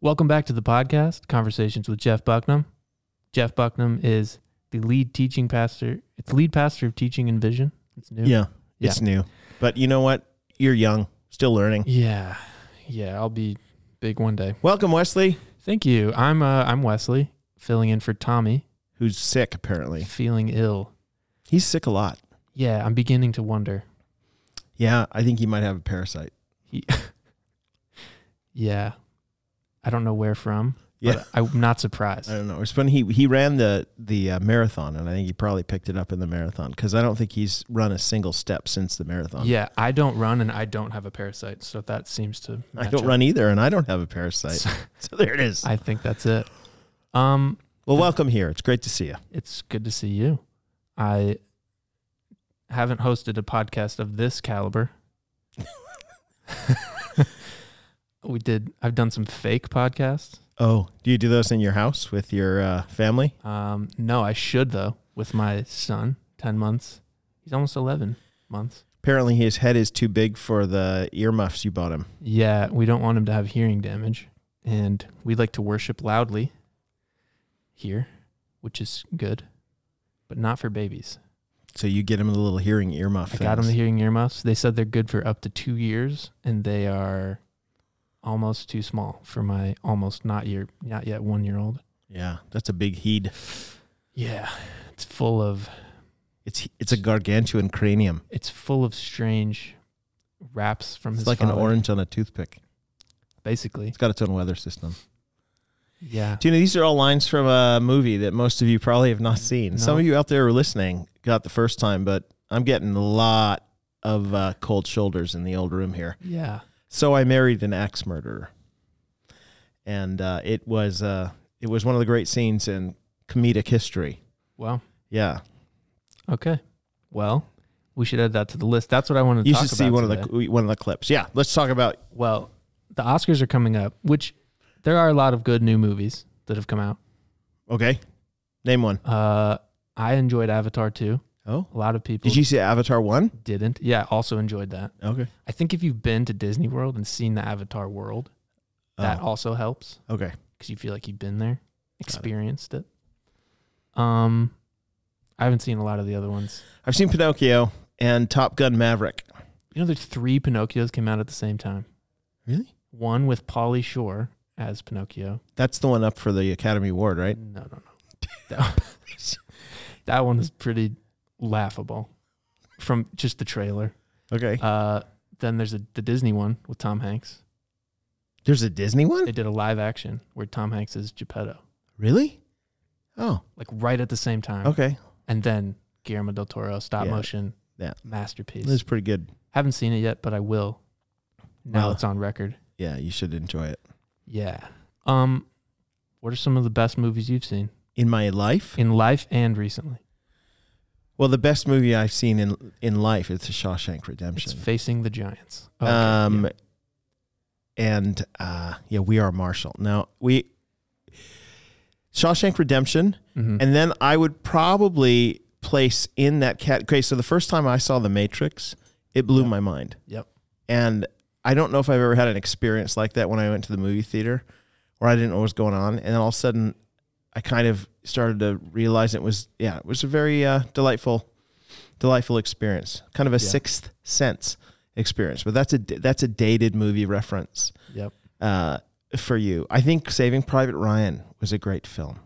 Welcome back to the podcast, Conversations with Jeff Bucknam. Jeff Bucknam is the lead teaching pastor. It's lead pastor of teaching and vision. It's new. Yeah, it's new. But you know what? You're young, still learning. Yeah. Yeah. I'll be big one day. Welcome, Wesley, Thank you. I'm uh, I'm Wesley, filling in for Tommy, who's sick apparently. feeling ill. He's sick a lot. Yeah, I'm beginning to wonder. Yeah, I think he might have a parasite. He, yeah, I don't know where from. Yeah, but I'm not surprised. uh, I don't know. It's funny. He he ran the the uh, marathon, and I think he probably picked it up in the marathon because I don't think he's run a single step since the marathon. Yeah, I don't run and I don't have a parasite, so that seems to. I match don't up. run either, and I don't have a parasite. So- so there it is. I think that's it. Um, well, welcome here. It's great to see you. it's good to see you. I haven't hosted a podcast of this caliber. we did. I've done some fake podcasts. Oh, do you do those in your house with your uh, family? Um, no, I should though. With my son, ten months. He's almost eleven months. Apparently, his head is too big for the earmuffs you bought him. Yeah, we don't want him to have hearing damage, and we like to worship loudly here, which is good, but not for babies. So you get him the little hearing earmuff. I got him things. the hearing earmuffs. They said they're good for up to two years, and they are almost too small for my almost not year, not yet one year old. Yeah, that's a big heed. Yeah, it's full of It's it's a gargantuan cranium. it's full of strange wraps from It's his like an father, orange on a toothpick. basically. It's got its own weather system. Yeah, Do you know these are all lines from a movie that most of you probably have not seen. Some No. of you out there who are listening got the first time, but I'm getting a lot of uh, cold shoulders in the old room here. yeah. So I married an axe murderer, and uh, it was uh, it was one of the great scenes in comedic history. Wow. Yeah, Okay. Well, we should add that to the list. That's what I wanted to you talk should see about one today. of the one of the clips. Yeah, let's talk about Well, the Oscars are coming up, which there are a lot of good new movies that have come out. okay. Name one. Uh, I enjoyed Avatar too. Oh, A lot of people did you see Avatar one? didn't. Yeah, also enjoyed that. Okay. I think if you've been to Disney World and seen the Avatar world, that also helps Oh, okay. because you feel like you've been there, experienced it. Um, I haven't seen a lot of the other ones. I've seen Pinocchio and Top Gun Maverick. You know, there's three Pinocchios came out at the same time. Really? One with Polly Shore as Pinocchio. That's the one up for the Academy Award, right? No, no, no. That, that one is pretty laughable from just the trailer. Okay. Uh, then there's a, the Disney one with Tom Hanks. There's a Disney one? They did a live action where Tom Hanks is Geppetto, Really? Oh, like right at the same time. okay. And then Guillermo del Toro, stop Yeah. motion Yeah. masterpiece. This is pretty good. Haven't seen it yet, but I will. Now Wow. it's on record. Yeah, you should enjoy it. Yeah. Um, what are some of the best movies you've seen In my life? in life and recently? Well, the best movie I've seen in in life is The Shawshank It's Redemption. Facing the Giants. Okay, um yeah. and uh yeah, We Are Marshall. Now, we Shawshank Redemption Mhm. And then I would probably place in that cat. Okay, so the first time I saw The Matrix, it blew Yeah. my mind. Yep. And I don't know if I've ever had an experience like that when I went to the movie theater where I didn't know what was going on. And then all of a sudden, I kind of started to realize it was, yeah, it was a very uh, delightful, delightful experience, kind of a Yeah. sixth sense experience. But that's a, that's a dated movie reference Yep. uh, for you. I think Saving Private Ryan was a great film.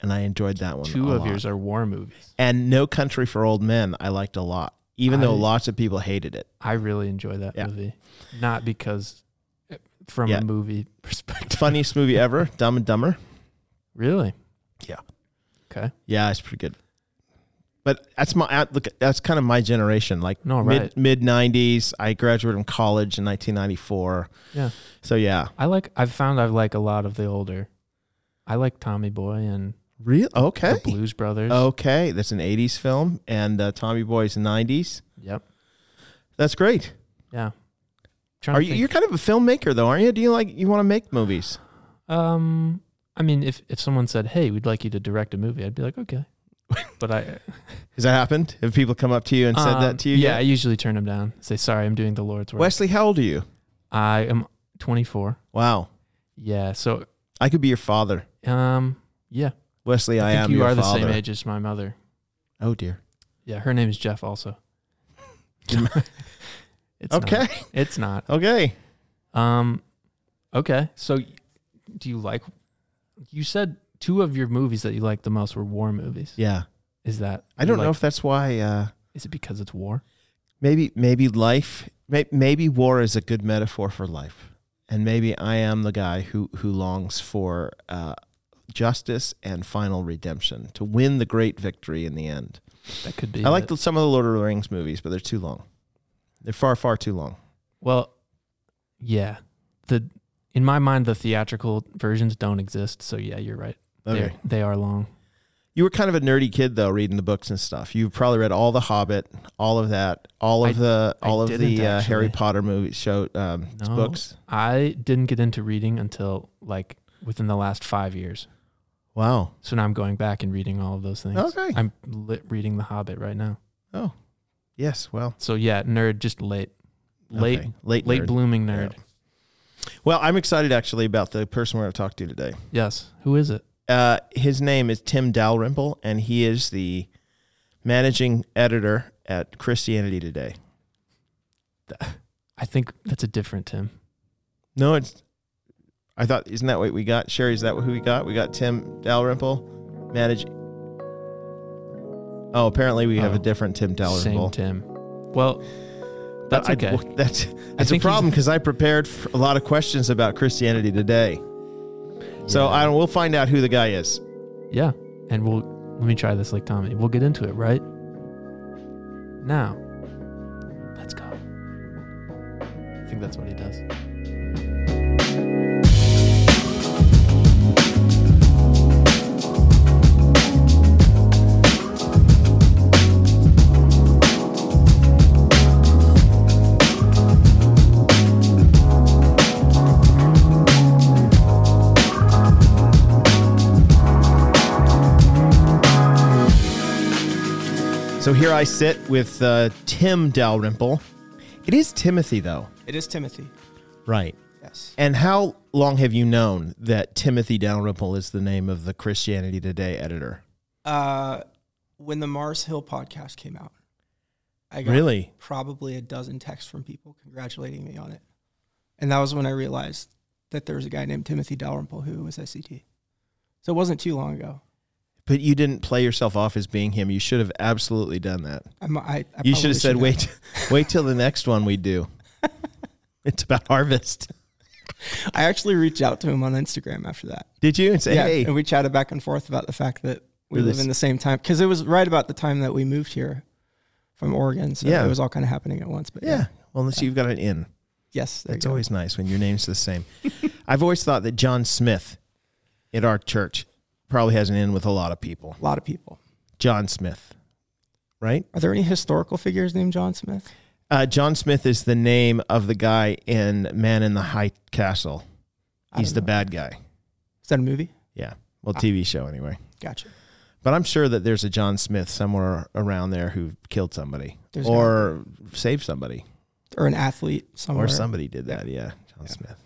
And I enjoyed that one. Two a of lot. yours are war movies. And No Country for Old Men, I liked a lot, even though I- lots of people hated it. I really enjoy that Yeah. movie, not because eh, from Yeah. a movie perspective. Funniest movie ever, Dumb and Dumber. Really? Yeah. Okay. Yeah, it's pretty good. But that's my uh, look. That's kind of my generation, like No, right. mid mid nineties. I graduated from college in nineteen ninety four. Yeah. So yeah, I like. I've found I like a lot of the older. I like Tommy Boy and real okay, the Blues Brothers. Oh. okay. That's an eighties film, and uh, Tommy Boy's nineties. yep. That's great. Yeah. Trying Are to you? think. You're kind of a filmmaker, though, aren't you? Do you like you want to make movies? Um, I mean, if if someone said, "Hey, we'd like you to direct a movie," I'd be like, "Okay," but I Has that happened? Have people come up to you and said um, that to you? Yeah, I yet? usually turn them down. Say, "Sorry, I'm doing the Lord's work." Wesley, how old are you? I am 24. Wow. Yeah. So, I could be your father, um, yeah, Wesley. I, I am think you your are the father. same age as my mother. Oh dear. Yeah, her name is Jeff. Also. it's not. Okay. It's not. Okay. Um, okay. So, do you like? You said two of your movies that you liked the most were war movies. Yeah. Is that? I you don't know like- if that's why. Uh, Is it because it's war? maybe maybe life may, maybe war is a good metaphor for life and maybe i am the guy who who longs for uh, justice and final redemption to win the great victory in the end That could be. i like it. the, some of the lord of the rings movies but they're too long they're far far too long Well, yeah. The in my mind the theatrical versions don't exist. So yeah, you're right. They're, they are long. you were kind of a nerdy kid though reading the books and stuff you probably read all the hobbit all of that all of I- the I all of didn't, the uh, harry actually. potter movie show um, No. books I didn't get into reading until like within the last five years. wow So now I'm going back and reading all of those things. Okay. I'm lit reading The Hobbit right now. yes well So yeah, nerd, just late, late, okay. late late nerd. blooming nerd. Well, I'm excited actually about the person we're going to talk to today. Yes. Who is it? Uh, his name is Tim Dalrymple, and he is the managing editor at Christianity Today. I think that's a different Tim. No, it's. I thought, isn't that what we got? Sherry, is that who we got? We got Tim Dalrymple, manage. Oh, apparently we have Oh. a different Tim Same Dalrymple. Tim. Well, that's I- okay. well, that's that's a think he's- problem because I prepared for a lot of questions about Christianity Today. So Yeah. I we'll find out who the guy is. Yeah. And we'll let me try this like Tommy. We'll get into it, right? Now. Let's go. I think that's what he does. So here I sit with uh, Tim Dalrymple. It is Timothy, though. It is Timothy. Right. Yes. And how long have you known that Timothy Dalrymple is the name of the Christianity Today editor? Uh, when the Mars Hill podcast came out, I got Really? probably a dozen texts from people congratulating me on it, and that was when I realized that there was a guy named Timothy Dalrymple who was SCT. So it wasn't too long ago. But you didn't play yourself off as being him. You should have absolutely done that. I'm, I, I you probably should have said, shouldn't "Wait, wait till the next one we do." it's about harvest. have. I actually reached out to him on Instagram after that. Did you? And say, yeah, "Hey, and we chatted back and forth about the fact that we We're live this- in the same time because it was right about the time that we moved here from Oregon. So Yeah. it was all kind of happening at once. But yeah, yeah." Well, unless you've got an in, yes, there you that's go. always nice when your name's the same. I've always thought that John Smith at our church probably has an in with a lot of people. a lot of people. John Smith, right? Are there any historical figures named John Smith? Uh, John Smith is the name of the guy in Man in the High Castle. I He's don't the know. bad guy. Is that a movie? Yeah. Well, Ah. TV show anyway. Gotcha. But I'm sure that there's a John Smith somewhere around there who killed somebody There's or saved somebody Or an athlete somewhere. or somebody did that. Yeah. John Smith.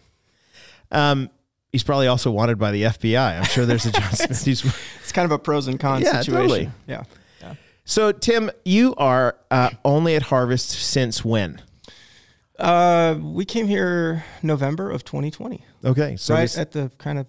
Um, he's probably also wanted by the FBI. I'm sure there's a John Smith. He's, It's kind of a pros and cons Yeah, situation. totally. Yeah. so, Tim, you are uh, only at Harvest since when? Uh, we came here November of 2020, Okay. So, right this- at the kind of,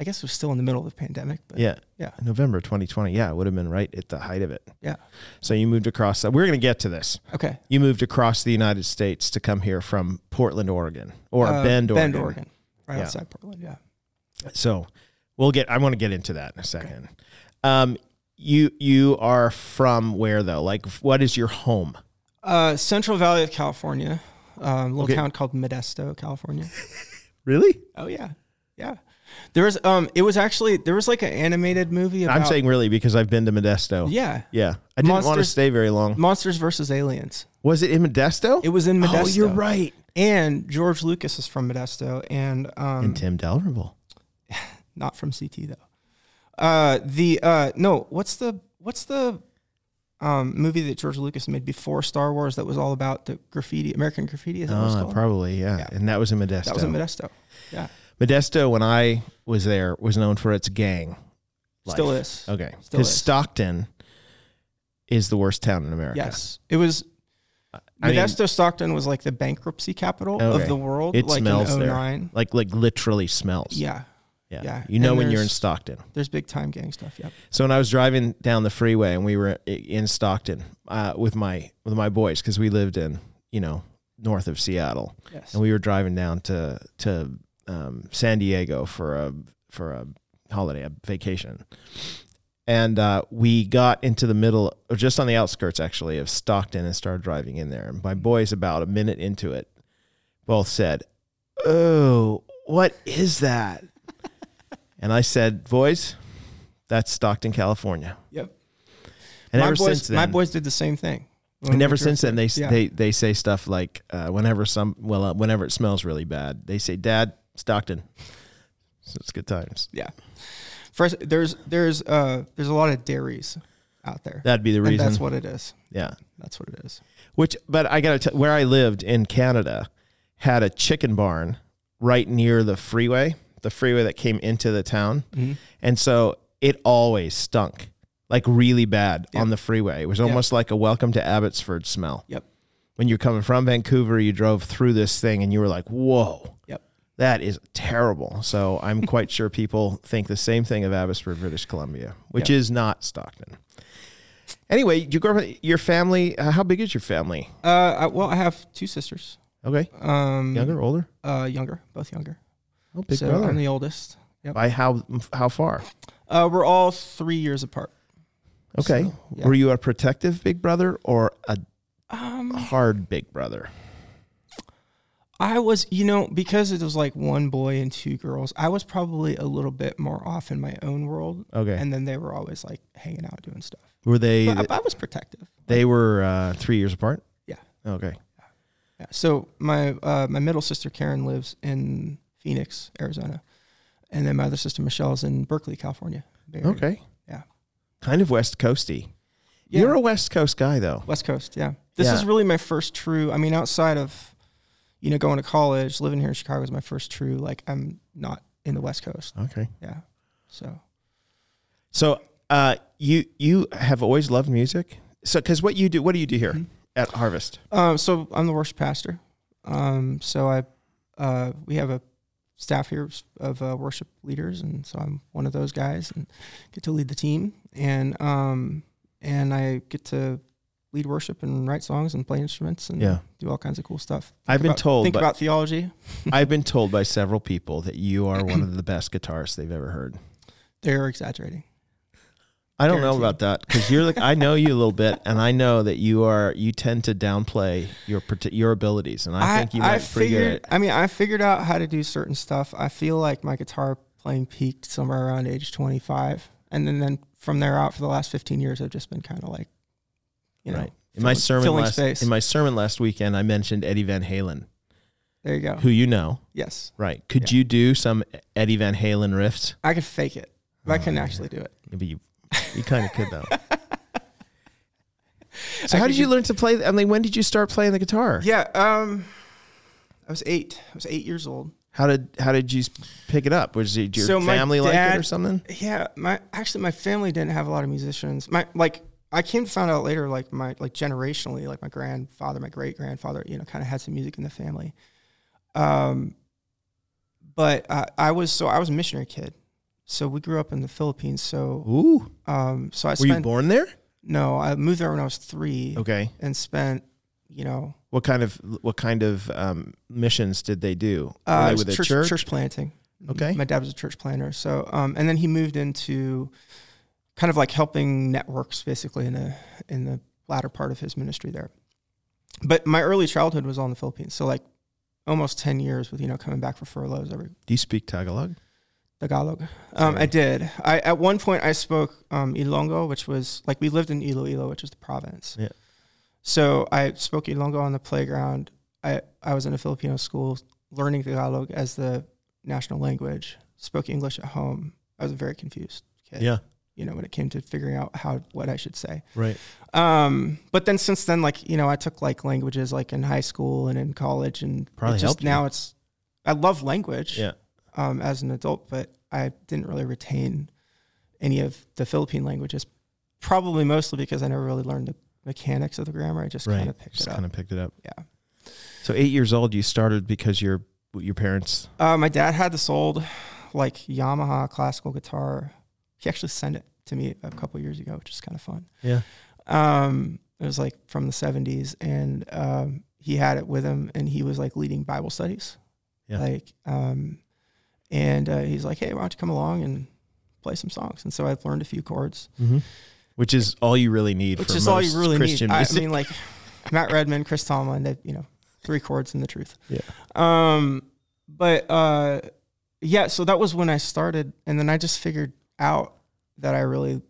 I guess it was still in the middle of the pandemic, but yeah. yeah. November 2020. Yeah. It would have been right at the height of it. Yeah. So, you moved across. We're going to get to this. Okay. You moved across the United States to come here from Portland, Oregon, or Uh, Bend, Oregon. Bend, Oregon. Right Yeah. outside Portland. Yeah. So, we'll get. I want to get into that in a second. Um, you you are from where though? Like, what is your home? Uh, Central Valley of California, um, little Okay. town called Modesto, California. Really? Oh yeah. Yeah. There was, um, it was actually, there was like an animated movie about, I'm saying really because I've been to Modesto. Uh, yeah, Yeah. I didn't want to Monsters- stay very long. Monsters versus Aliens. Was it in Modesto? It was in Modesto. Oh, you're right. And George Lucas is from Modesto, and um, And Tim Dalrymple. not from CT though. Uh, the uh, no, what's the what's the um, movie that George Lucas made before Star Wars that was all about the graffiti, American graffiti? Is that what it's Oh, called? probably yeah. Yeah. And that was in Modesto. that was in Modesto. Yeah, Modesto, when I was there, was known for its gang. life. Still is. Okay. Still Because is. Stockton is the worst town in America. Yes. It was I mean, Modesto Stockton was like the bankruptcy capital Okay. of the world. It like smells in there. 09. like like literally smells. Yeah. Yeah. yeah. You know And when you're in there's- Stockton. There's big time gang stuff. Yep. So when I was driving down the freeway and we were i- in Stockton uh, with my with my boys because we lived in you know north of Seattle Yes. and we were driving down to to um, San Diego for a for a holiday a vacation, and uh, we got into the middle or just on the outskirts actually of Stockton and started driving in there. And my boys, about a minute into it, both said, "Oh, what is that?" and I said, "Boys, that's Stockton, California." Yep. And my ever boys, since then, my boys did the same thing. and ever since then, they yeah. they they say stuff like uh, whenever some well uh, whenever it smells really bad, they say Dad Stockton. So it's good times. first there's there's uh there's a lot of dairies out there. That'd be the reason. And that's what it is. yeah. That's what it is. Which, but I gotta tell, where I lived in Canada had a chicken barn right near the freeway, the freeway that came into the town, and so it always stunk like really bad Yeah. on the freeway. It was Yeah. almost like a welcome to Abbotsford smell. Yep. When you're coming from Vancouver, you drove through this thing and you were like, "Whoa." Yep. That is terrible. So I'm quite sure people think the same thing of Abbotsford, British Columbia, which is not Stockton. Anyway, you grew up. Your family. Uh, how big is your family? Uh, I, well, I have two sisters. Okay, Um, Mm. younger, older. Uh, younger, both younger. Oh, big so brother. I'm the oldest. By how how far? Uh, we're all three years apart. Okay. So, yeah. Were you a protective big brother or a Um, hard big brother? I was, you know, because it was like one boy and two girls. I was probably a little bit more off in my own world, Okay. and then they were always like hanging out doing stuff. were they But I, I was protective. they were uh, three years apart? Yeah. Okay. Yeah. So my uh, my middle sister Karen lives in Phoenix, Arizona, and then my other sister Michelle is in Berkeley, California. Bay Area. Okay. Yeah. Kind of West Coasty. Yeah. You're a West Coast guy though. West Coast, yeah. This Yeah. is really my first true. I mean, outside of you know going to college, living here in Chicago is my first true. Like I'm not in the West Coast. Okay. Yeah. So So uh, you you have always loved music. So because what you do, what do you do here Mhm. at Harvest? um, so I'm the worship pastor. Um, so I uh, we have a staff here of uh, worship leaders, and so I'm one of those guys and get to lead the team and um and I get to lead worship and write songs and play instruments and Yeah. do all kinds of cool stuff. I've been About- told, think by, about theology. I've been told by several people that you are one of the best guitarists they've ever heard. They're exaggerating. I don't know Guaranteed. about that because you're like I know you a little bit, and I know that you are you tend to downplay your parti- your abilities, and I, think you might be pretty figured, good. At, I mean, I figured out how to do certain stuff. I feel like my guitar playing peaked somewhere around age 25. And then, then from there out for the last 15 years, I've just been kind of like, you know, Right. in my filling- sermon filling last space. in my sermon last weekend, I mentioned Eddie Van Halen, there you go. who you know, Yes. right? Could you do some Eddie Van Halen riffs? I could fake it, but I Oh, couldn't yeah. actually do it. Maybe you you kind of could though. So I how could did you do- learn to play? I mean, when did you start playing the guitar? Yeah. Um, I was eight. I was eight years old. How did how did you pick it up? Was it your So my family like it or dad- something? Yeah, my actually my family didn't have a lot of musicians. My like I came to find out later, like my like generationally, like my grandfather, my great grandfather, you know, kind of had some music in the family. Um, but uh, I was so I was a missionary kid, so we grew up in the Philippines. So Ooh, um, so I were you spent born there? no, I moved there when I was three Okay. and spent you know What kind of what kind of um, missions did they do? Were uh, they it was with a church, church? church planting. Mm-hmm. Okay. My dad was a church planner. So, um, and then he moved into kind of like helping networks basically in the, in the latter part of his ministry there. But my early childhood was all in the Philippines. So like almost 10 years with, you know, coming back for furloughs every Do you speak Tagalog? Tagalog. Um, Sorry. I did. I, at one point I spoke, um, Ilongo, which was like, we lived in Iloilo, which is the province. Yeah. So I spoke Ilongo on the playground. I, I was in a Filipino school learning Tagalog as the national language, spoke English at home. I was very confused, kid, Yeah. you know, when it came to figuring out how what I should say. Right. Um, but then since then, like you know, I took like languages like in high school and in college, and it Probably just helped you. now it's I love language. Yeah. um, as an adult, but I didn't really retain any of the Philippine languages. Probably mostly because I never really learned the mechanics of the grammar. I just kind of picked Just it up. kind of picked it up. Yeah. So eight years old, you started because your your parents. Uh, my dad had this old, like Yamaha classical guitar. He actually sent it to me a couple years ago, which is kind of fun. Yeah. Um, it was like from the '70s, and um, he had it with him, and he was like leading Bible studies. Yeah. Like, um, and uh, he's like, "Hey, why don't you come along and play some songs?" And so I learned a few chords, Which is all you really need. which for is all you most really Christian need. music. I mean, like Matt Redman, Chris Tomlin, they you know, three chords and the truth. Yeah. Um, but uh, yeah, so that was when I started, and then I just figured out that I really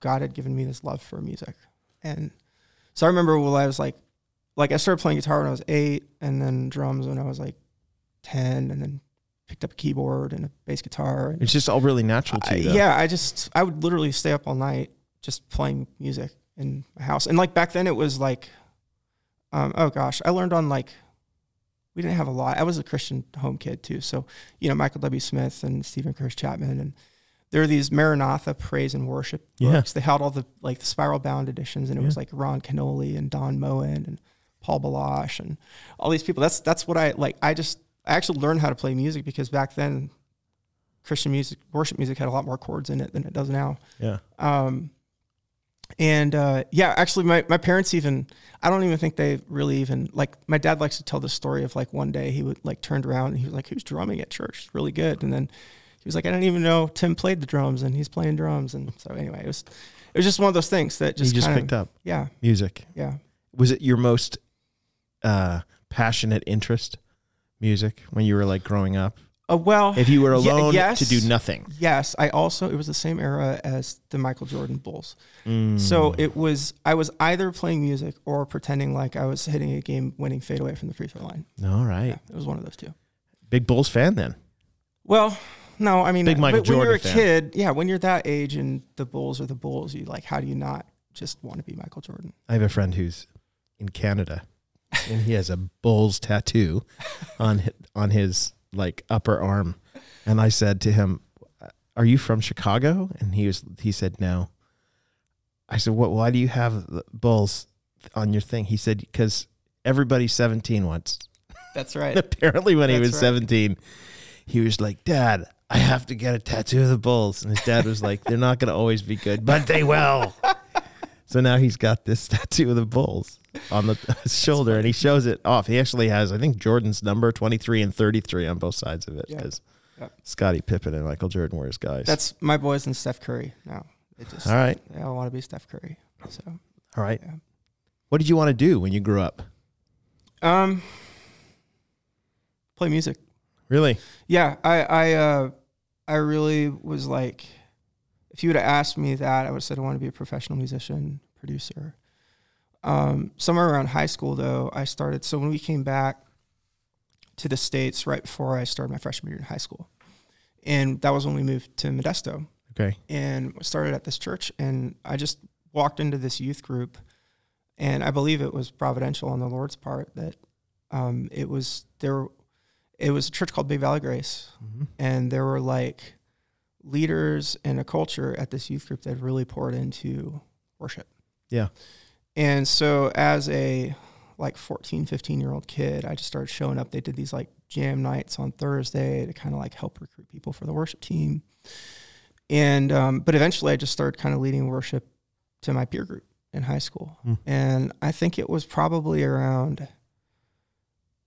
God had given me this love for music, and so I remember when I was like, like I started playing guitar when I was eight, and then drums when I was like ten, and then picked up a keyboard and a bass guitar. And it's just all really natural I- to you. though. yeah, I just I would literally stay up all night just playing music in my house. And like back then, it was like, um, oh gosh, I learned on like we didn't have a lot. I was a Christian home kid too, so you know Michael W. Smith and Stephen Curtis Chapman and. There were these Maranatha praise and worship Yeah. books. They had all the like the spiral bound editions, and it was Yeah. like Ron Canoli and Don Moen and Paul Balash and all these people. That's that's what I like. I just I actually learned how to play music because back then Christian music, worship music had a lot more chords in it than it does now. Yeah. Um, and uh, yeah, actually, my, my parents even, I don't even think they really even, like, my dad likes to tell the story of like one day he would like turned around and he was like, who's drumming at church? It's really good. And then he was like, I didn't even know Tim played the drums and he's playing drums. And so anyway, it was, it was just one of those things that just, you just kind picked of, up yeah, music. yeah. Was it your most uh, passionate interest, music, when you were like growing up? Uh, well, If you were Ye- alone yes. to do nothing. yes, I also, it was the same era as the Michael Jordan Bulls. Mm. So it was I was either playing music or pretending like I was hitting a game winning fadeaway from the free throw line. all right, Yeah, it was one of those two. big Bulls fan then. Well, no, I mean, Big Michael but when you're a Jordan fan. kid, yeah, when you're that age and the Bulls are the Bulls, you like, how do you not just want to be Michael Jordan? I have a friend who's in Canada, and he has a bull's tattoo on hi- on his like upper arm. And I said to him, "Are you from Chicago?" And he was he said no. I said, "What? Why do you have the bulls on your thing?" He said, "Because everybody's seventeen once." That's right. Apparently, when he That's was right. seventeen, he was like, "Dad." I have to get a tattoo of the bulls. And his dad was like, they're not going to always be good, but they will. So now he's got this tattoo of the Bulls on the his shoulder, and he shows it off. He actually has, I think, Jordan's number twenty three and thirty three on both sides of it Yeah. because Yeah. Scottie Pippen and Michael Jordan were his guys. That's my boys and Steph Curry now. They just, all right, they all want to be Steph Curry. So, all right. Yeah. What did you want to do when you grew up? um, play music. Really? Yeah, I I uh, I really was like, if you would have asked me that, I would have said I want to be a professional musician, producer. Um, somewhere around high school, though, I started. So when we came back to the states, right before I started my freshman year in high school, and that was when we moved to Modesto Okay. and started at this church and i just walked into this youth group and i believe it was providential on the lord's part that um, it was there it was a church called big valley grace and there were like leaders and a culture at this youth group that really poured into worship Yeah. and so as a like 14 15 year old kid i just started showing up they did these like jam nights on thursday to kind of like help recruit people for the worship team and um, but eventually i just started kind of leading worship to my peer group in high school Hmm. and i think it was probably around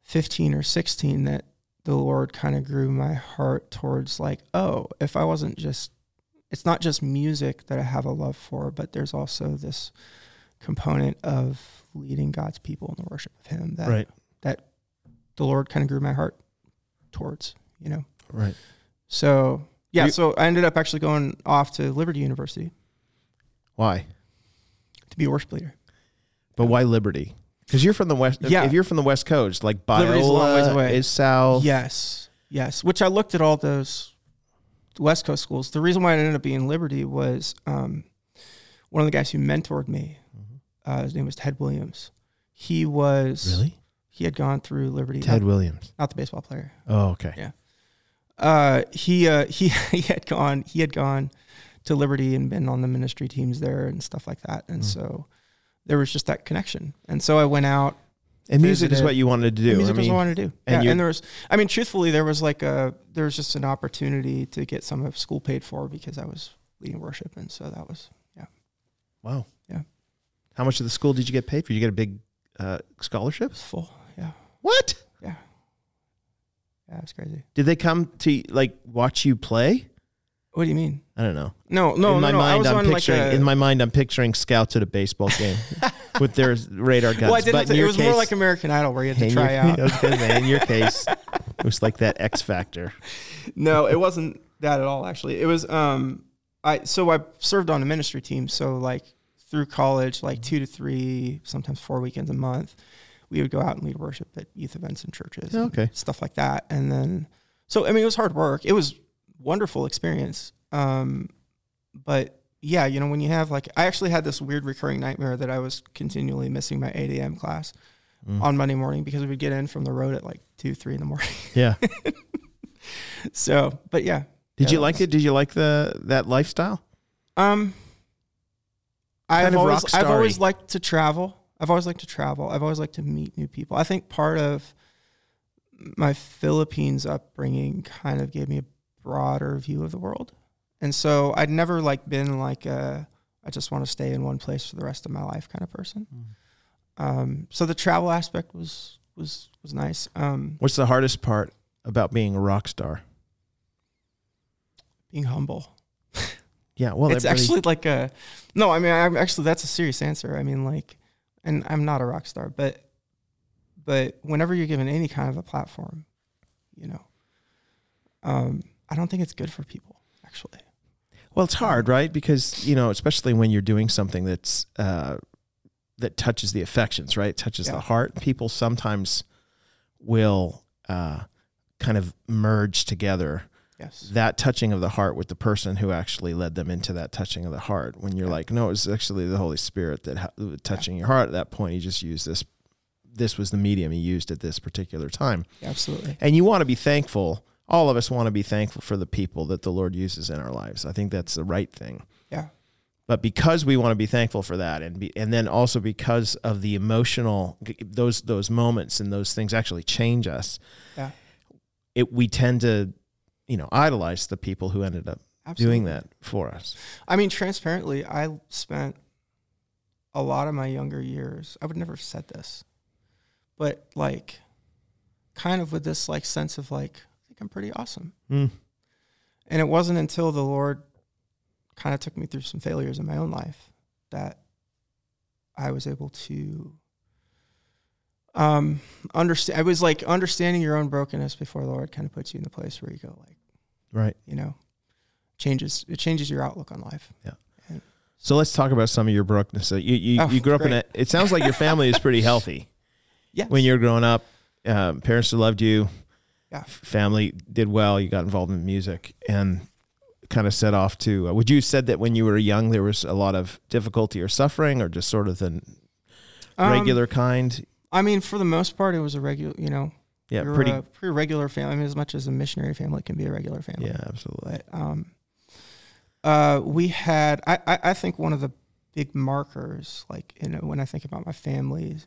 15 or 16 that the lord kind of grew my heart towards like oh if i wasn't just it's not just music that i have a love for but there's also this component of leading god's people in the worship of him that Right. that the lord kind of grew my heart towards you know Right. so yeah, You- so I ended up actually going off to Liberty University Why? to be a worship leader. But why Liberty? Because you're from the west. Yeah. If you're from the West Coast, like Liberty's a long ways Biola away. is south. Yes, yes. Which I looked at all those West Coast schools. The reason why I ended up being Liberty was um, one of the guys who mentored me. Uh, his name was Ted Williams. He was Mm-hmm. Really? he had gone through Liberty, Ted not, Williams. not the baseball player. Oh, okay. Yeah. uh, he uh, he he had gone he had gone to Liberty and been on the ministry teams there and stuff like that, and Mm. so there was just that connection. And so I went out. And music is Visited. what you wanted to do. music I was mean, what I wanted to do. and yeah, you- and there was I mean, truthfully, there was like a there was just an opportunity to get some of school paid for because I was leading worship, and so that was wow. Yeah. How much of the school did you get paid for? You get a big uh, it scholarship? was full. Yeah, What? yeah, it's crazy. Did they come to like watch you play? What do you mean? I don't know. No, no, in my no, no. I mind, was I'm on like picturing a. in my mind, I'm picturing scouts at a baseball game with their radar guns. well, I didn't. but in have to- it your was case- more like American Idol where you had in to your- try out. I was gonna say, in your case, it was like that X Factor. no, it wasn't that at all. Actually, it was um, I so I served on a ministry team. So like through college, Mm-hmm. like two to three, sometimes four weekends a month, we would go out and lead worship at youth events and churches, and Okay. stuff like that. And then, so I mean, it was hard work. It was wonderful experience. Um, but yeah, you know, when you have like, I actually had this weird recurring nightmare that I was continually missing my 8 a.m. class Mm. on Monday morning because we would get in from the road at like two, three in the morning. Yeah. So, but yeah, Did Yeah, you that like was- it? Did you like the that lifestyle? Um, I've of always rock I've always star-y. liked to travel. I've always liked to travel. I've always liked to meet new people. I think part of my Philippines upbringing kind of gave me a broader view of the world, and so I'd never like been like a I just want to stay in one place for the rest of my life kind of person. Mm. Um, so the travel aspect was was was nice. Um, What's the hardest part about being a rock star? being humble. Yeah, well, it's everybody- actually like a no. I mean, I'm actually that's a serious answer. I mean, like, and I'm not a rock star, but but whenever you're given any kind of a platform, you know, um, I don't think it's good for people. Actually, well, it's hard, right? Because you know, especially when you're doing something that's uh, that touches the affections, right? Touches Yeah. the heart. People sometimes will uh, kind of merge together yes, that touching of the heart with the person who actually led them into that touching of the heart. When you're like, no, it was actually the Holy Spirit that ha- touching your heart at that point. You just used this. This was the medium he used at this particular time, absolutely. and you want to be thankful. All of us want to be thankful for the people that the Lord uses in our lives. I think that's the right thing. Yeah. But because we want to be thankful for that, and be, and then also because of the emotional those those moments and those things actually change us. Yeah. It we tend to, you know, idolize the people who ended up Absolutely. doing that for us. I mean, transparently, I spent a lot of my younger years. I would never have said this, but like, kind of with this like sense of like, I think I'm pretty awesome. And it wasn't until the Lord kind of took me through some failures in my own life that I was able to um, understand. I was like understanding your own brokenness before the Lord kind of puts you in the place where you go like, Right. you know, changes it changes your outlook on life. So let's talk about some of your brokenness. So you you, Oh, you grew up in a. great. It sounds like your family is pretty healthy. Yes. When you were growing up, um, parents who loved you. Yeah. f- Family did well. You got involved in music and kind of set off to. Uh, would you said that when you were young there was a lot of difficulty or suffering or just sort of the Um, regular kind? I mean, for the most part, it was a regular. You know, Yeah, you're pretty. a pretty regular family. I mean, as much as a missionary family can be a regular family. yeah, absolutely. but um, uh, we had I, I I think one of the big markers, like you know, when I think about my family's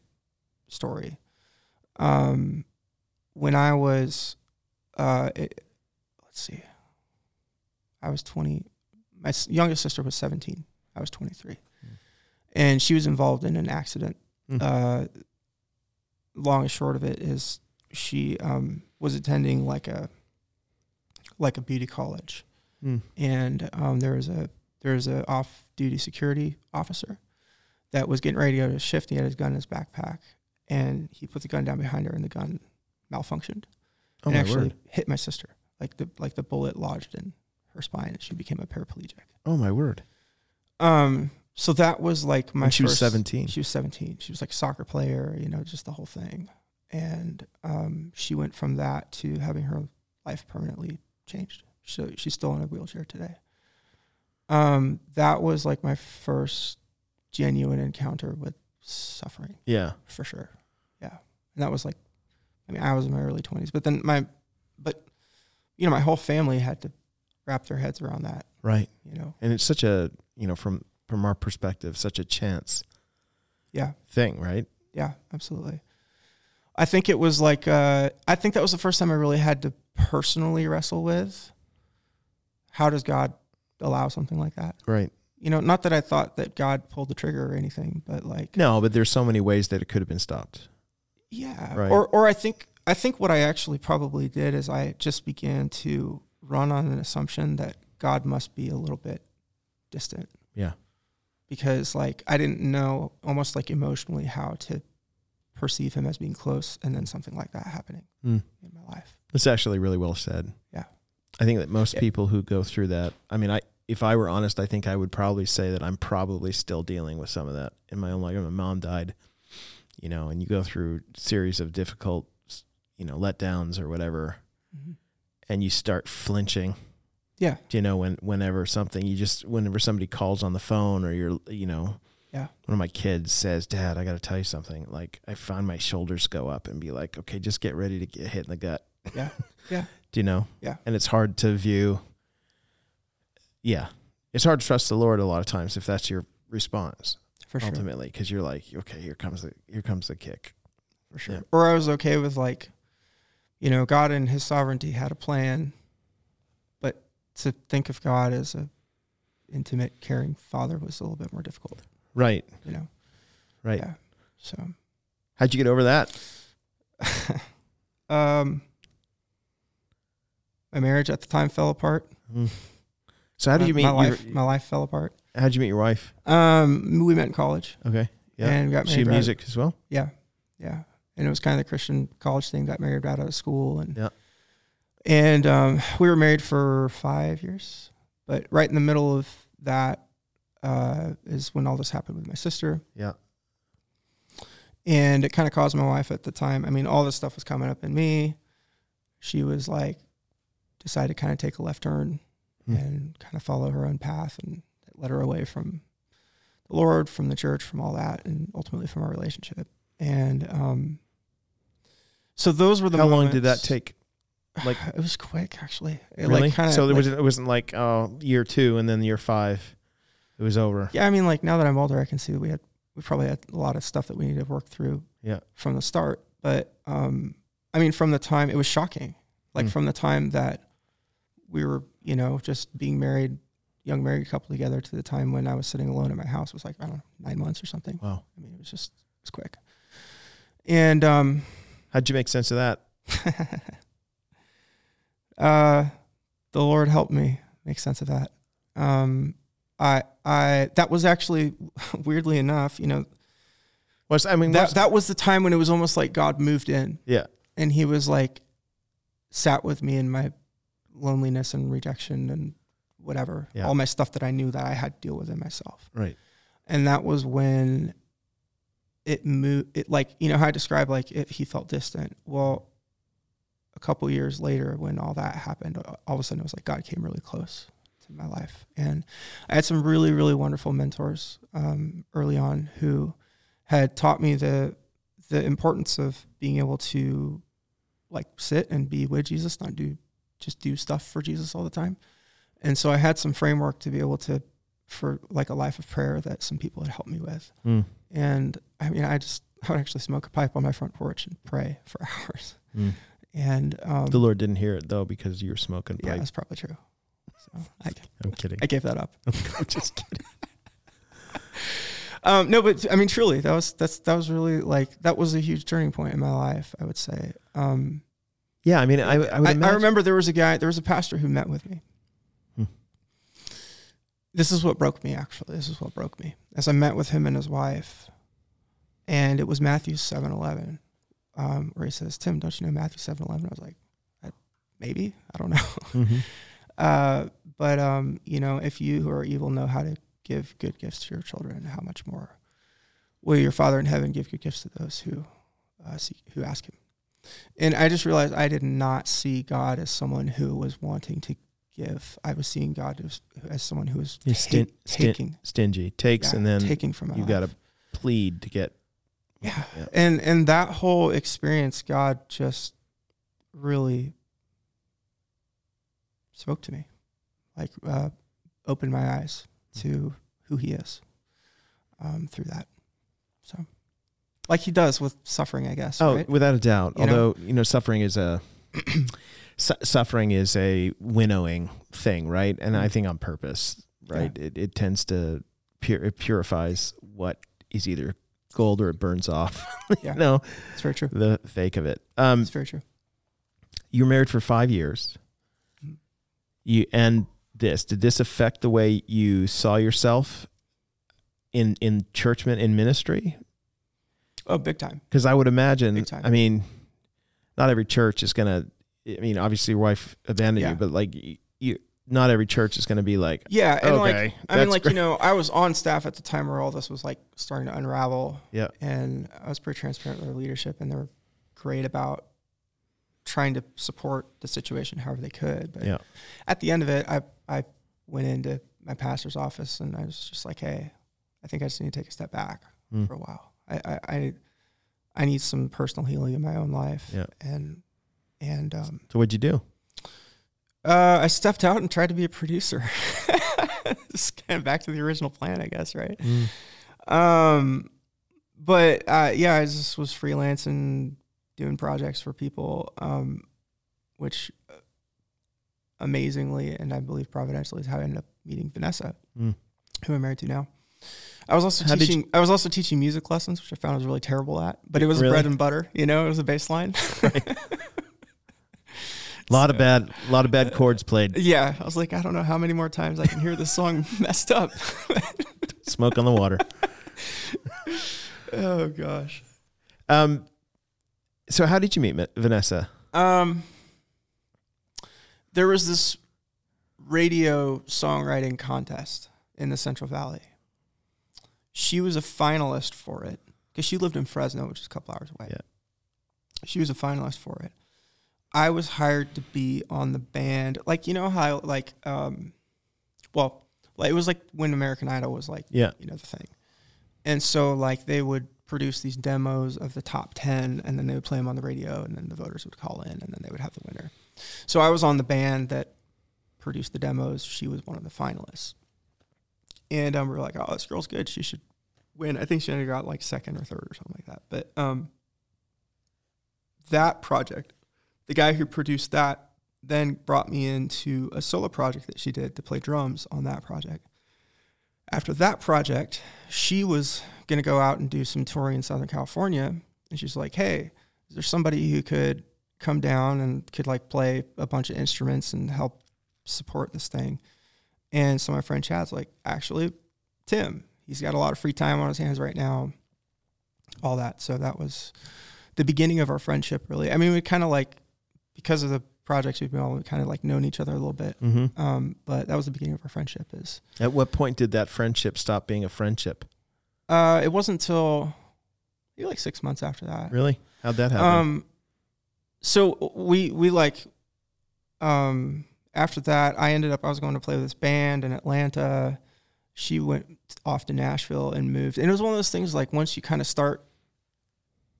story, um, when I was, uh, it, let's see, I was twenty. My s- youngest sister was seventeen. I was twenty three, Hmm. and she was involved in an accident. Hmm. Uh, long and short of it is, she um, was attending like a like a beauty college Mm. and um, there was a there was a off duty security officer that was getting ready to go to shift. He had his gun in his backpack, and he put the gun down behind her, and the gun malfunctioned Oh and my actually word! hit my sister. Like the like the bullet lodged in her spine, and she became a paraplegic. Oh my word! Um, so that was like my. When she was first- seventeen. She was seventeen. She was like a soccer player, you know, just the whole thing. And um, she went from that to having her life permanently changed. So she's still in a wheelchair today. Um, that was like my first genuine encounter with suffering yeah. for sure. Yeah. And that was like, I mean, I was in my early 20s, but then my, but you know, my whole family had to wrap their heads around that, Right. you know. And it's such a, you know, from from our perspective, such a chance Yeah. thing, right? Yeah, absolutely. I think it was like uh, I think that was the first time I really had to personally wrestle with how does God allow something like that? Right. You know, not that I thought that God pulled the trigger or anything, but like No, but there's so many ways that it could have been stopped. yeah. Right. Or or I think I think what I actually probably did is I just began to run on an assumption that God must be a little bit distant. Yeah. Because like I didn't know almost like emotionally how to perceive him as being close and then something like that happening. Mm. in my life. That's actually really well said. Yeah. I think that most Yeah. people who go through that, I mean, I if I were honest, I think I would probably say that I'm probably still dealing with some of that in my own life. My mom died, you know, and you go through series of difficult, you know, letdowns or whatever, and you start flinching. Yeah. Do you know when whenever something you just whenever somebody calls on the phone or you're you know Yeah. one of my kids says dad i gotta tell you something like i find my shoulders go up and be like okay just get ready to get hit in the gut Yeah. Yeah. do you know Yeah. and it's hard to view yeah it's hard to trust the lord a lot of times if that's your response For sure. ultimately because you're like okay here comes the here comes the kick For sure. Yeah. Or I was okay with like, you know, God and his sovereignty had a plan, but to think of God as a intimate, caring father was a little bit more difficult, right you know? Right. Yeah. So, how'd you get over that um, my marriage at the time fell apart. so how did My- you meet my your, life? My life fell apart. how'd you meet your wife Um, we met in college okay Yeah. and got married. she right- music as well Yeah. Yeah. And it was kind of the Christian college thing, got married right out of school and Yeah. and um, we were married for five years. But right in the middle of that uh, is when all this happened with my sister. Yeah. And it kind of caused my wife at the time. I mean, all this stuff was coming up in me. She was like, decided to kind of take a left turn Hmm. and kind of follow her own path and it led her away from the Lord, from the church, from all that, and ultimately from our relationship. And um, so those were the how long did that moments- take Like- it was quick actually. It really like kinda, so it like- wasn't it wasn't like oh year two and then year five it was over Yeah, I mean, like now that I'm older, I can see that we had we probably had a lot of stuff that we needed to work through. Yeah. From the start, but um, I mean, from the time it was shocking, like Mm. from the time that we were, you know, just being married, young married couple together, to the time when I was sitting alone at my house was like I don't know nine months or something. wow I mean, it was just it was quick. And um, how'd you make sense of that uh, the Lord help me make sense of that. Um, I I that was actually weirdly enough, you know, was i mean that was- that was the time when it was almost like God moved in yeah and he was like sat with me in my loneliness and rejection and whatever Yeah. all my stuff that I knew that I had to deal with in myself right and that was when it moved it like you know how I described like it, he felt distant well a couple years later when all that happened all of a sudden it was like God came really close to my life and I had some really really wonderful mentors um, early on who had taught me the the importance of being able to like sit and be with Jesus, not do just do stuff for Jesus all the time. And so I had some framework to be able to for like a life of prayer that some people had helped me with. Mm. And I mean, I just I would actually smoke a pipe on my front porch and pray for hours. Mm. And um, the lord didn't hear it though because you were smoking yeah, pipe that's probably true. So I, i'm kidding I gave that up. i'm just kidding Um, no, but I mean, truly, that was that's that was really like that was a huge turning point in my life. I would say. Um, yeah i mean i, I would I, I imagine- remember there was a guy, there was a pastor who met with me. Hmm. This is what broke me, actually. This is what broke me. As I met with him and his wife, and it was Matthew seven eleven, um, where he says, Tim, don't you know Matthew seven eleven? I was like, I, maybe. I don't know. Mhm. Uh, but, um, you know, if you who are evil know how to give good gifts to your children, how much more will your Father in heaven give good gifts to those who, uh, seek, who ask him? And I just realized I did not see God as someone who was wanting to give. I was seeing God as, as someone who was He's stin- take- stin- taking, stingy takes yeah, and then taking from my you life. got to plead to get yeah. Yeah. And and that whole experience, God just really spoke to me, like uh, opened my eyes to who he is um, through that. So, like he does with suffering, I guess. Oh, right? without a doubt. You know? Although you know, suffering is a su- suffering is a winnowing thing, right? And Mm-hmm. I think on purpose, right? It, it tends to pur- it purifies what is either gold or it burns off. Yeah. you know, it's very true. the fake of it. Um, It's very true. you were married for five years. You and this did this affect the way you saw yourself in in churchman in ministry? Oh, big time. because I would imagine. Big time. I mean, not every church is gonna. I mean, obviously, your wife abandoned Yeah. you, but like y- you, not every church is gonna be like, Yeah, and like Okay, I mean, that's like great. you know, I was on staff at the time where all this was like starting to unravel. Yeah. and I was pretty transparent with their leadership, and they were great about trying to support the situation however they could. But Yeah. at the end of it, I I went into my pastor's office and I was just like, hey, I think I just need to take a step back Mm. for a while. I I, I I need some personal healing in my own life. Yeah. and and um, "So what'd you do?" uh, I stepped out and tried to be a producer. Just kind of back to the original plan, I guess, right? Mm. Um, but uh, yeah, I just was freelancing, doing projects for people, um, which uh, amazingly and I believe providentially is how I ended up meeting Vanessa, Mm. who I'm married to now. I was also How did teaching. I was also teaching music lessons, which I found I was really terrible at. But it was Really? bread and butter, you know. It was a baseline. A lot of bad, a lot of bad chords played. yeah, I was like, I don't know how many more times I can hear this song messed up. Smoke on the water. oh gosh. Um, so how did you meet Ma- Vanessa? Um, there was this radio songwriting contest in the Central Valley. She was a finalist for it because she lived in Fresno, which is a couple hours away. Yeah. She was a finalist for it. I was hired to be on the band, like you know how like um, well, like it was like when American Idol was like Yeah, you know the thing and so like they would produce these demos of the top 10 and then they would play them on the radio and then the voters would call in and then they would have the winner so i was on the band that produced the demos she was one of the finalists and um, we were like oh this girl's good she should win i think she ended up got, like second or third or something like that but um, that project the guy who produced that then brought me into a solo project that she did to play drums on that project after that project, she was going to go out and do some touring in Southern California. And she's like, hey, is there somebody who could come down and could like play a bunch of instruments and help support this thing? And so my friend Chad's like, actually, Tim, he's got a lot of free time on his hands right now, all that. So that was the beginning of our friendship, really. I mean, we kind of like, because of the projects we've been on, we kind of like known each other a little bit. mm-hmm. Um, but that was the beginning of our friendship is At what point did that friendship stop being a friendship? Uh, it wasn't until maybe like six months after that. Really? How'd that happen? Um, so we we like, um, after that, I ended up I was going to play with this band in Atlanta. She went off to Nashville and moved, and it was one of those things like once you kind of start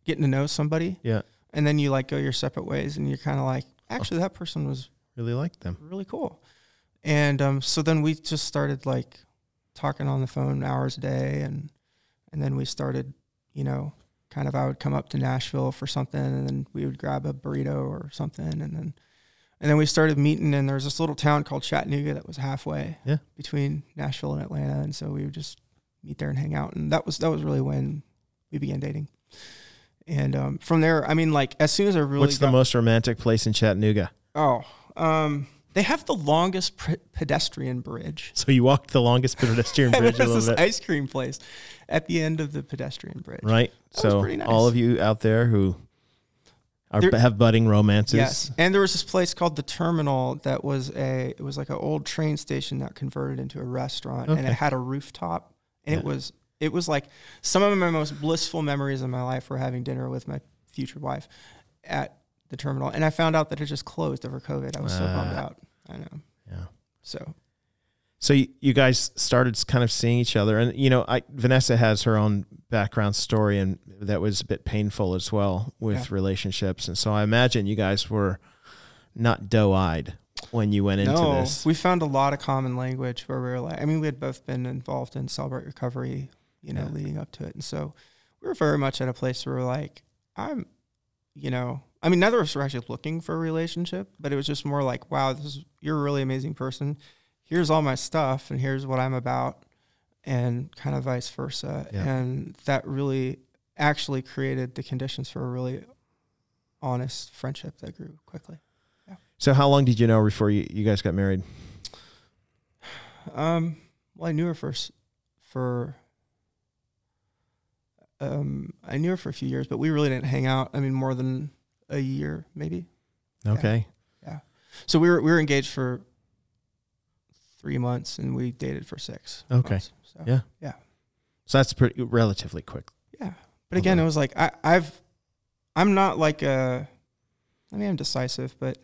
getting to know somebody, yeah, and then you like go your separate ways, and you're kind of like, actually, that person was really liked them. really cool. And um, so then we just started like talking on the phone hours a day, and and then we started, you know, kind of I would come up to Nashville for something, and then we would grab a burrito or something, and then and then we started meeting. And there was this little town called Chattanooga that was halfway Yeah. between Nashville and Atlanta, and so we would just meet there and hang out, and that was that was really when we began dating. And um, from there, I mean, like as soon as I really What's the got- most romantic place in Chattanooga? Oh, um, they have the longest pre- pedestrian bridge. So you walked the longest pedestrian And bridge a there's little this bit. ice cream place at the end of the pedestrian bridge. right? That was so pretty nice. all of you out there who are There- have budding romances, Yes, and there was this place called the Terminal that was a it was like an old train station that converted into a restaurant, and it Okay. had a rooftop, and it Yeah. was it was like some of my most blissful memories of my life were having dinner with my future wife at the terminal, and I found out that it just closed over COVID. I was so bummed Ah. out. I know. Yeah. So so you, you guys started kind of seeing each other, and you know, I Vanessa has her own background story, and that was a bit painful as well with Yeah. relationships, and so I imagine you guys were not doe eyed when you went into no, this. we found a lot of common language where we were like, I mean, we had both been involved in celebrate recovery, you know, Yeah. leading up to it, and so we were very much at a place where we we're like, I'm, you know, I mean, neither of us were actually looking for a relationship, but it was just more like, wow, this is you're a really amazing person. Here's all my stuff, and here's what I'm about, and kind of vice versa, Yeah. and that really actually created the conditions for a really honest friendship that grew quickly. so how long did you know before you, you guys got married? Um, well, I knew her for, s- for, um, I knew her for a few years, but we really didn't hang out. I mean, more than a year, maybe. Okay. So we were we were engaged for three months, and we dated for six. Okay. months. so, Yeah. So that's pretty relatively quick. yeah. But again, Okay. it was like I, I've, I'm not like a, I mean, I'm decisive, but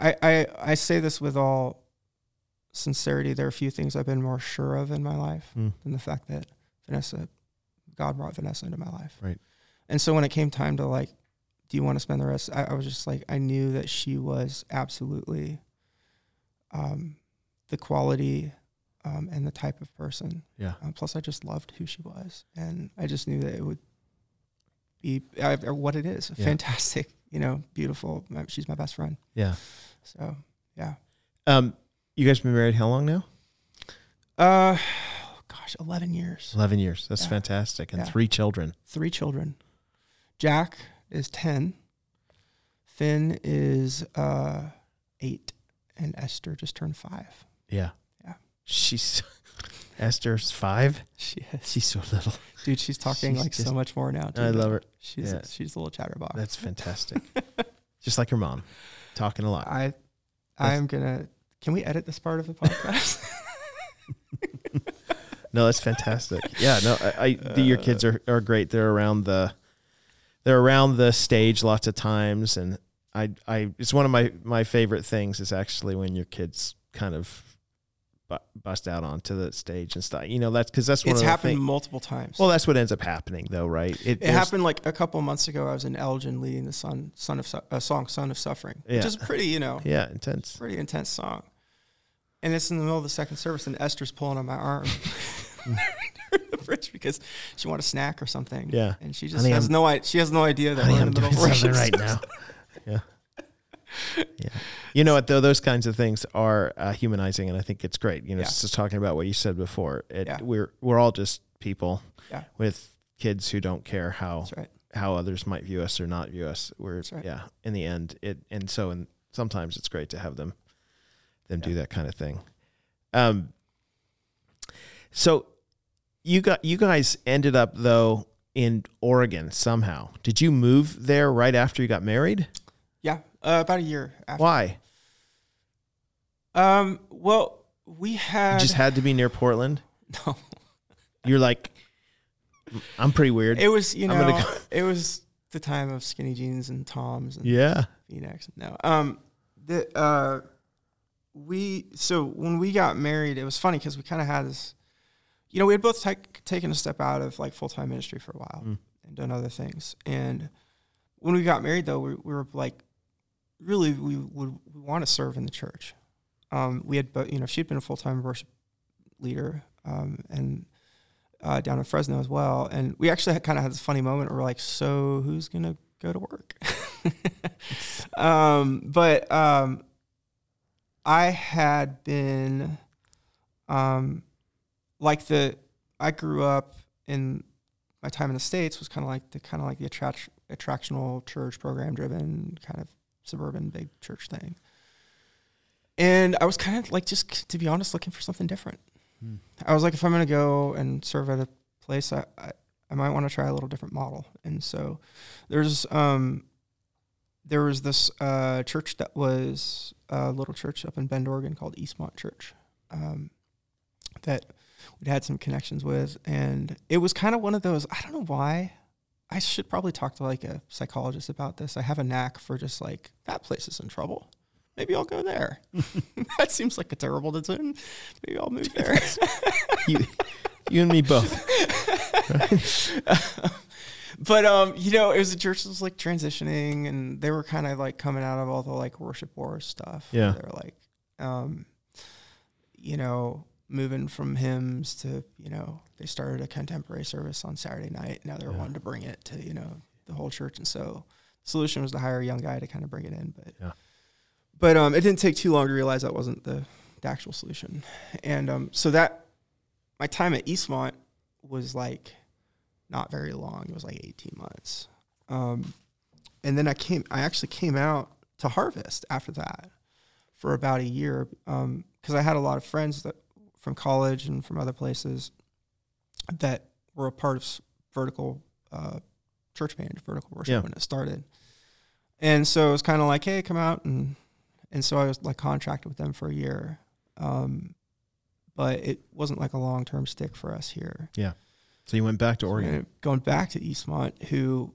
I, I I say this with all sincerity. There are a few things I've been more sure of in my life. Hmm. than the fact that Vanessa, God brought Vanessa into my life. Right. And so when it came time to like, do you want to spend the rest? I, I was just like, I knew that she was absolutely um, the quality um, and the type of person. Yeah. Uh, plus, I just loved who she was, and I just knew that it would be uh, or what it is. Yeah. Fantastic, you know, beautiful. My- She's my best friend. Yeah. So Um, you guys been married how long now? uh, gosh, eleven years. Eleven years. That's Yeah. fantastic. And Yeah. three children. three children. Jack is 10. Finn is uh, eight. And Esther just turned five. Yeah. Yeah. She's Esther's five. She is. She's so little. Dude, she's talking she's like just- so much more now. Dude. I love her. She's, yeah. she's a little chatterbox. That's fantastic. Just like her mom, talking a lot. I, I'm going to. Can we edit this part of the podcast? No, that's fantastic. yeah, no, I, I the, your kids are, are great. They're around the they're around the stage lots of times, and I I it's one of my my favorite things is actually when your kids kind of bu- bust out onto the stage and stuff. You know, that's because that's one it's of the happened thing- multiple times. Well, that's what ends up happening, though, right? It there's- happened like a couple months ago. I was in Elgin leading the son, son of Su- uh, song "Son of Suffering," Yeah. which is pretty, you know, Yeah, intense. pretty intense song. And it's in the middle of the second service, and Esther's pulling on my arm during the bridge because she wanted a snack or something. Yeah. And she just Honey, has I'm- no i- she has no idea that Honey, we're in I'm the middle doing of worship. something right now. Yeah. Yeah. You know what though, those kinds of things are uh, humanizing and I think it's great. You know, Yeah. it's just talking about what you said before. It, Yeah. we're we're all just people Yeah. with kids who don't care how That's right. how others might view us or not view us. We're That's right. yeah, in the end it and so and sometimes it's great to have them them do that kind of thing. Um so you got you guys ended up though in Oregon somehow. Did you move there right after you got married? Yeah. Uh, about a year after. Why? Um, well, we had. You just had to be near Portland. no. You're like, I'm pretty weird. It was, you I'm gonna know, it was the time of skinny jeans and Toms and yeah. Phoenix. No. Um, the uh, we so when we got married, it was funny because we kind of had this, you know, we had both tak taken a step out of like full time ministry for a while Mm. and done other things. And when we got married, though, we, we were like, really, we would we want to serve in the church. Um, we had, but you know, she'd been a full time worship leader, um, and uh, down in Fresno as well. And we actually had kind of had this funny moment where we're like, so who's gonna go to work? um, but um, I had been um, like the I grew up in my time in the states was kind of like the kind of like the attract, attractional church program driven kind of suburban big church thing. And I was kind of like just to be honest looking for something different. Hmm. I was like if I'm going to go and serve at a place I, I, I might want to try a little different model. And so there's um there was this uh, church that was a little church up in Bend, Oregon called Eastmont Church. Um, that we'd had some connections with and it was kind of one of those i don't know why i should probably talk to like a psychologist about this i have a knack for just like that place is in trouble maybe i'll go there that seems like a terrible decision maybe i'll move there You, you and me both. but um you know it was a church that was like transitioning and they were kind of like coming out of all the like worship war stuff Yeah. they're like Um, you know, moving from hymns to you know they started a contemporary service on Saturday night. Now they're Yeah. wanting to bring it to you know the whole church, and so the solution was to hire a young guy to kind of bring it in. But Yeah. but um, it didn't take too long to realize that wasn't the, the actual solution, and um, so that my time at Eastmont was like not very long. It was like eighteen months, um, and then I came. I actually came out to Harvest after that for about a year because I had a lot of friends that from college and from other places that were a part of s- vertical uh, church band, vertical worship Yeah. when it started. And so it was kind of like, hey, come out and and so I was like contracted with them for a year, um, but it wasn't like a long term stick for us here. So you went back to Oregon. And Going back to Eastmont, who,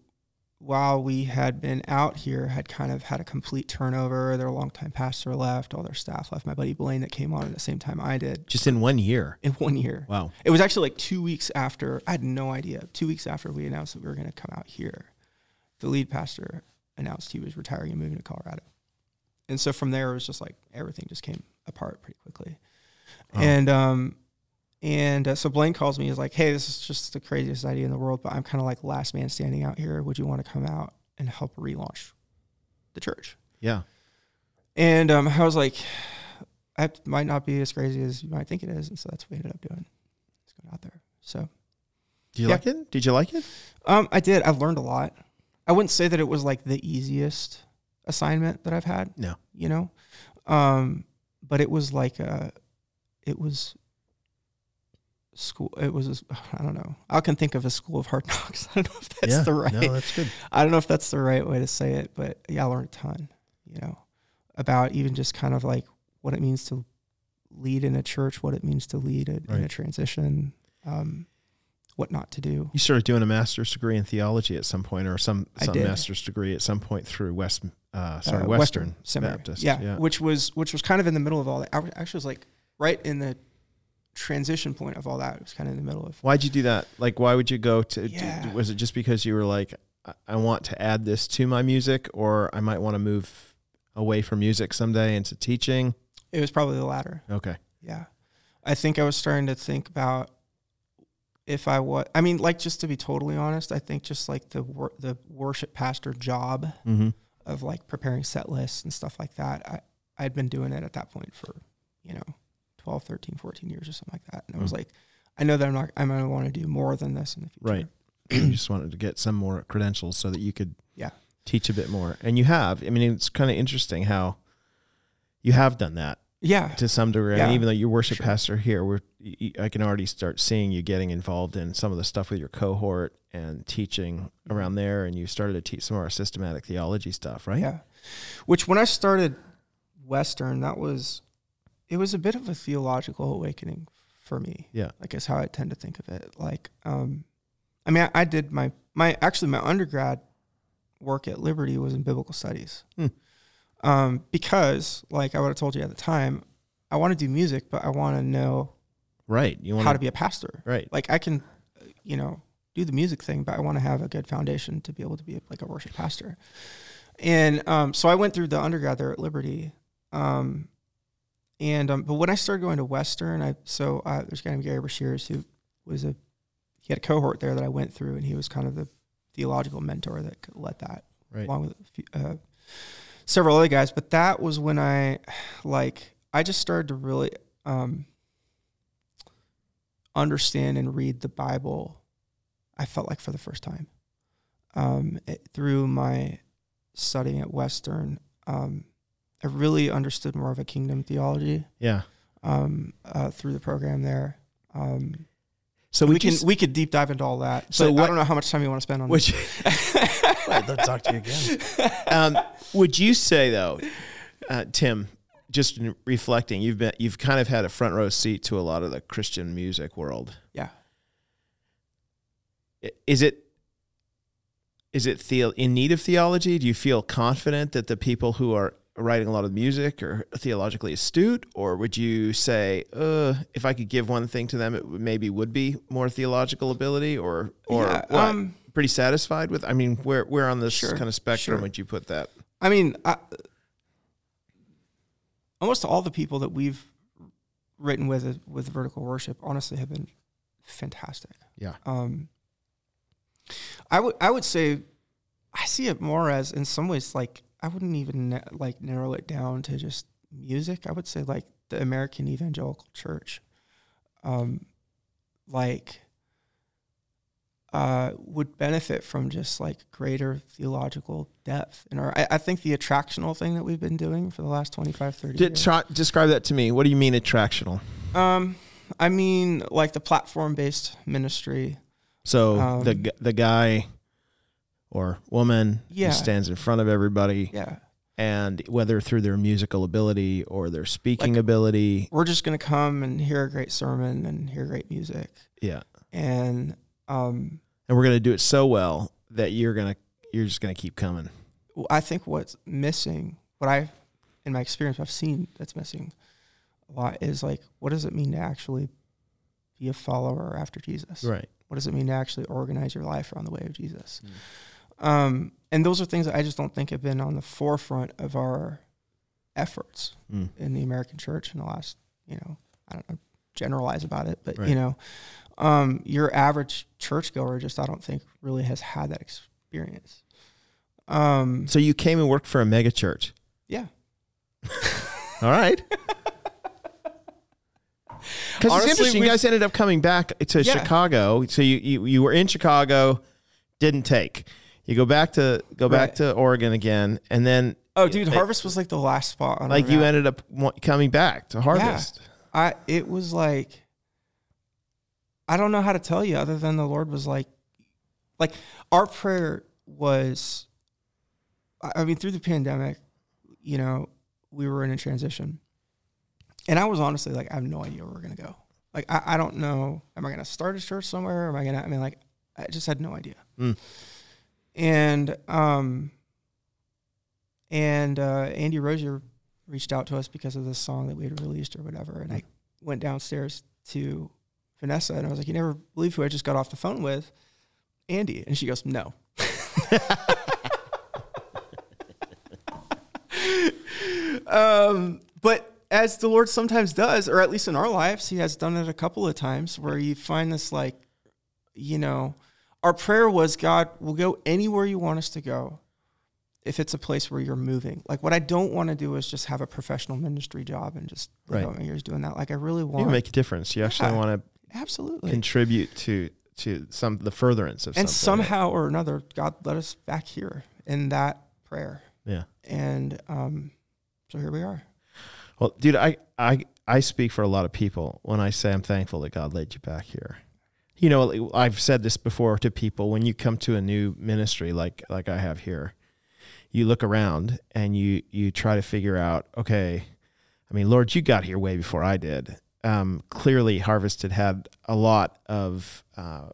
while we had been out here, had kind of had a complete turnover. Their longtime pastor left, all their staff left. My buddy Blaine, that came on at the same time I did, Just in one year. in one year. Wow. It was actually like two weeks after, I had no idea, two weeks after we announced that we were going to come out here, the lead pastor announced he was retiring and moving to Colorado. And so from there, it was just like everything just came apart pretty quickly. Wow. And, um, and uh, so Blaine calls me. He's like, "Hey, this is just the craziest idea in the world, but I'm kind of like last man standing out here. Would you want to come out and help relaunch the church?" Yeah. And um, I was like, that might not be as crazy as you might think it is. And so that's what we ended up doing. Just going out there. So Did you Yeah. like it? Did you like it? um, I did. I've learned a lot. I wouldn't say that it was like the easiest assignment that I've had. No. You know? Um, but it was like uh it was school it was I don't know. I can think of a school of hard knocks. I don't know if that's yeah. the right No, that's good. I don't know if that's the right way to say it, but yeah, I learned a ton, you know, about even just kind of like what it means to lead in a church, what it means to lead in, in a Right. transition, um, what not to do. You started doing a master's degree in theology at some point, or some, I some did. master's degree at some point through West, uh, sorry, uh, Western, Seminary. Baptist. Yeah, which was which was kind of in the middle of all that. I was- actually was like right in the transition point of all that. It was kind of in the middle of Why'd you do that? Like, why would you go to? d- Yeah. was it just because you were like, I, I want to add this to my music, or I might want to move away from music someday into teaching? it was probably the latter. Okay. Yeah. I think I was starting to think about if I was, I mean, like, just to be totally honest, I think just like the wor- the worship pastor job Mm-hmm. of like preparing set lists and stuff like that, I, I'd been doing it at that point for, you know, 12, 13, 14 years or something like that. And I was Mm. like, I know that I'm not, I'm going to want to do more than this in the Right. future. you just wanted to get some more credentials so that you could Yeah. teach a bit more, and you have. I mean, it's kind of interesting how you have done that Yeah. to some degree. And Yeah, even though you worship sure. pastor here, we're, y- y- I can already start seeing you getting involved in some of the stuff with your cohort and teaching Mm-hmm. around there. And you started to teach some of our systematic theology stuff, right? Yeah. Which when I started Western, that was, it was a bit of a theological awakening for me. Yeah. I guess how I tend to think of it. Like, um, I mean, I, I did my, my, actually my undergrad work at Liberty was in biblical studies. Hmm. Um, because like I would have told you at the time, I want to do music, but I want to know Right. You want how to be a pastor. right. Like I can, uh, you know, do the music thing, but I want to have a good foundation to be able to be like a worship pastor. And um, so I went through the undergrad there at Liberty. Um, and um, but when I started going to Western, I so uh, there's a guy named Gary Brashears who was a he had a cohort there that I went through, and he was kind of the theological mentor that c- led that Right. along with a few, uh, several other guys. But that was when I like I just started to really um, understand and read the Bible. I felt like for the first time um, it- through my studying at Western, um, I really understood more of a kingdom theology Yeah. um, uh, through the program there. Um, So we would you can s- we could deep dive into all that. So So what- I don't know how much time you want to spend on would you, I'd love to talk to you again. um, would you say though, uh, Tim, just in reflecting, you've been, you've kind of had a front row seat to a lot of the Christian music world. Yeah. I- Is it, is it the, in need of theology? Do you feel confident that the people who are writing a lot of music are theologically astute, or would you say, uh, if I could give one thing to them, it would- maybe would be more theological ability, or or Yeah, what? um, pretty satisfied with? I mean, where where on this Sure, kind of spectrum sure. would you put that? I mean, I, almost all the people that we've written with with vertical worship honestly have been fantastic. Yeah. Um, I would I would say I see it more as in some ways like I wouldn't even na- like narrow it down to just music. I would say like the American Evangelical Church, um, like uh, would benefit from just like greater theological depth. And our, I, I think the attractional thing that we've been doing for the last 25, 30 Did, years. try, describe that to me. What do you mean attractional? Um, I mean, like the platform-based ministry. So Um, the g- the guy or woman Yeah. who stands in front of everybody, Yeah, and whether through their musical ability or their speaking ability, we're just gonna come and hear a great sermon and hear great music, yeah, and um, and we're gonna do it so well that you're gonna you're just gonna keep coming. w- I think what's missing, what I, in my experience, I've seen that's missing a lot is like, what does it mean to actually be a follower after Jesus? Right. What does it mean to actually organize your life around the way of Jesus? Um, and those are things that I just don't think have been on the forefront of our efforts. Mm. in the American church in the last, you know, I don't know, generalize about it, but Right. you know, um, your average churchgoer just I don't think really has had that experience. Um, So you came and worked for a mega church. yeah, All right. Because it's Honestly, interesting, you we've- guys ended up coming back to Yeah. Chicago. So you, you you were in Chicago, didn't take. You go back to go back Right. to Oregon again, and then oh, dude, It- Harvest was like the last spot on like our you map. ended up wa- coming back to harvest. I it was like I don't know how to tell you other than the Lord was like like our prayer was I I mean through the pandemic, you know, we were in a transition. And I was honestly like, I have no idea where we're gonna go. Like I, I don't know. Am I gonna start a church somewhere? Am I gonna I mean like I just had no idea. Mm. And um and uh Andy Rozier reached out to us because of this song that we had released or whatever. And I went downstairs to Vanessa and I was like, You never believe who I just got off the phone with? Andy. And she goes, No. um, but as the Lord sometimes does, or at least in our lives, He has done it a couple of times where you find this like, you know, our prayer was, God, we'll go anywhere you want us to go if it's a place where you're moving. Like what I don't want to do is just have a professional ministry job and just live Right. out my years doing that. Like I really You want make a difference. You actually Yeah. want to absolutely. contribute to to some the furtherance of and something. somehow or another, God led us back here in that prayer. yeah. And um, so here we are. Well, dude, I I I speak for a lot of people when I say I'm thankful that God led you back here. You know, like, I've said this before to people when you come to a new ministry like like I have here, you look around and you you try to figure out, okay, I mean, Lord, you got here way before I did. Um, clearly, Harvest had had a lot of uh,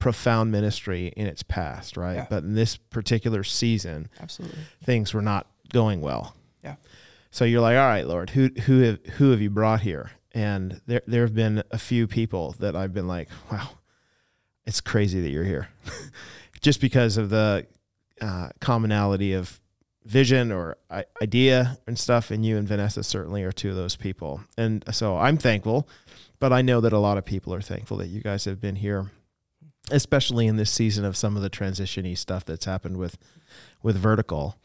profound ministry in its past, right? Yeah. But in this particular season, Absolutely. things were not going well. Yeah. So you're like, all right, Lord, who who have who have you brought here? And there there have been a few people that I've been like, wow, it's crazy that you're here, just because of the uh, commonality of vision or I- idea and stuff. And you and Vanessa certainly are two of those people. And so I'm thankful, but I know that a lot of people are thankful that you guys have been here, especially in this season of some of the transitiony stuff that's happened with with vertical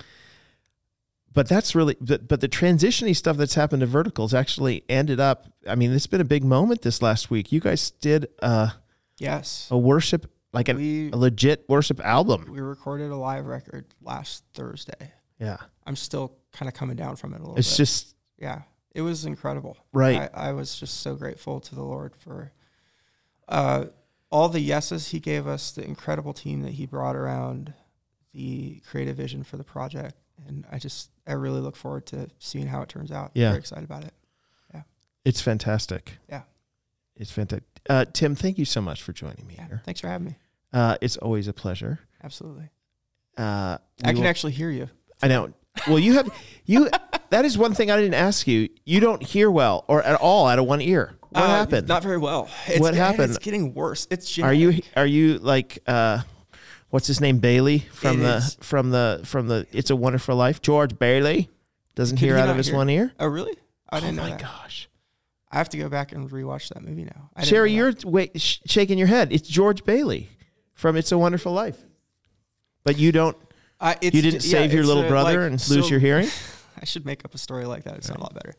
but that's really but, but the transitiony stuff that's happened to verticals actually ended up i mean it's been a big moment this last week you guys did a, Yes. a worship like an, we a legit worship album we recorded a live record last Thursday. yeah I'm still kind of coming down from it a little it's bit. just yeah, it was incredible. right I, I was just so grateful to the Lord for uh, all the yeses He gave us, the incredible team that He brought around, the creative vision for the project, and I just I really look forward to seeing how it turns out. Yeah. very excited about it. it's fantastic Yeah. it's fantastic uh, tim thank you so much for joining me Yeah, here thanks for having me. uh, it's always a pleasure Absolutely, uh, I we can will- actually hear you. I know. Well, you have you. That is one thing I didn't ask you. You don't hear well or at all out of one ear. What Uh, happened? Not very well. It's, What and happened? It's getting worse. It's Are you are you like uh, what's his name Bailey from It the is. from the from the It's a Wonderful Life George Bailey? doesn't Could hear he out of not his hear? one ear. Oh, really? I didn't oh know my that. gosh, I have to go back and rewatch that movie now. I didn't Sherry, know that. you're wait, sh- shaking your head. It's George Bailey from It's a Wonderful Life, but you don't. I, it's you didn't ju- yeah, save your it's little a, brother like, and so- lose your hearing. I should make up a story like that. It's not a lot better.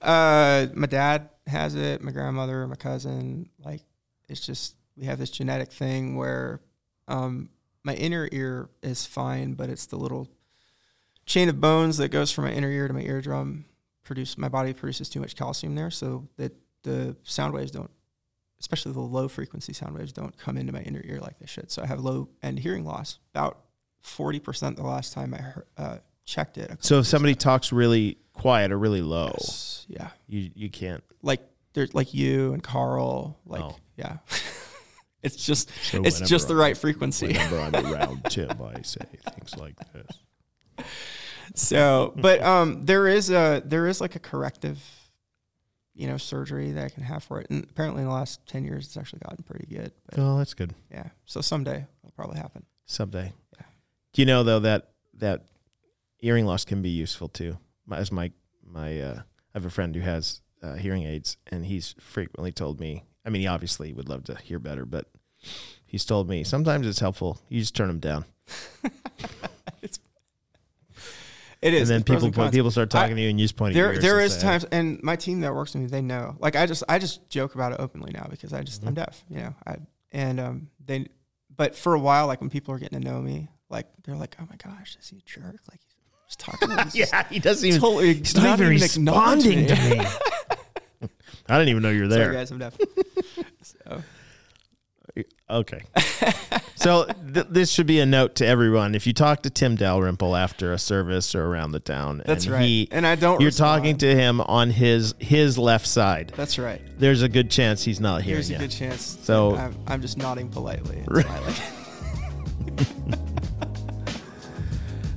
Uh, my dad has it. My grandmother, my cousin. Like, it's just we have this genetic thing where um, my inner ear is fine, but it's the little chain of bones that goes from my inner ear to my eardrum. Produce my body produces too much calcium there, so that the sound waves don't, especially the low frequency sound waves, don't come into my inner ear like they should. So I have low end hearing loss, about forty percent the last time I heard, uh, checked it. a couple So if years somebody talks really quiet or really low, Yes, Oh. Yeah. you you can't. Like there's like you and Carl. Like Oh. yeah. it's just So it's just the whenever right frequency. I- Whenever I'm around Tim, I say things like this. So but um there is a there is like a corrective you know surgery that I can have for it. And apparently in the last ten years it's actually gotten pretty good. But Oh, that's good. yeah. So someday it'll probably happen. Someday. Yeah. Do you know though that that hearing loss can be useful too? My- As my my uh, I have a friend who has uh, hearing aids, and he's frequently told me. I mean, he obviously would love to hear better, but he's told me sometimes it's helpful. You just turn them down, It and is then it's pros people cons. people start talking to you, and you just point. at your there ears there and is say, times and my team that works with me they know like i just i just joke about it openly now because i Mm-hmm. just i'm deaf you know i and um they but for a while like when people are getting to know me like they're like oh my gosh is he a jerk like he's talking about this Yeah, he doesn't even. totally He's not, even acknowledging responding to me. me. I didn't even know you were there. sorry guys i'm deaf so Okay. so th- this should be a note to everyone. If you talk to Tim Dalrymple after a service or around the town, that's and right He, and i don't you're respond. talking to him on his his left side. that's right There's a good chance he's not hearing here's you. a good chance So- i'm, I'm just nodding politely It's Right. like-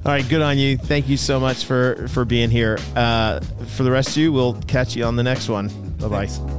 All right, good on you. Thank you so much for for being here. Uh, for the rest of you, we'll catch you on the next one. Bye bye. Thanks.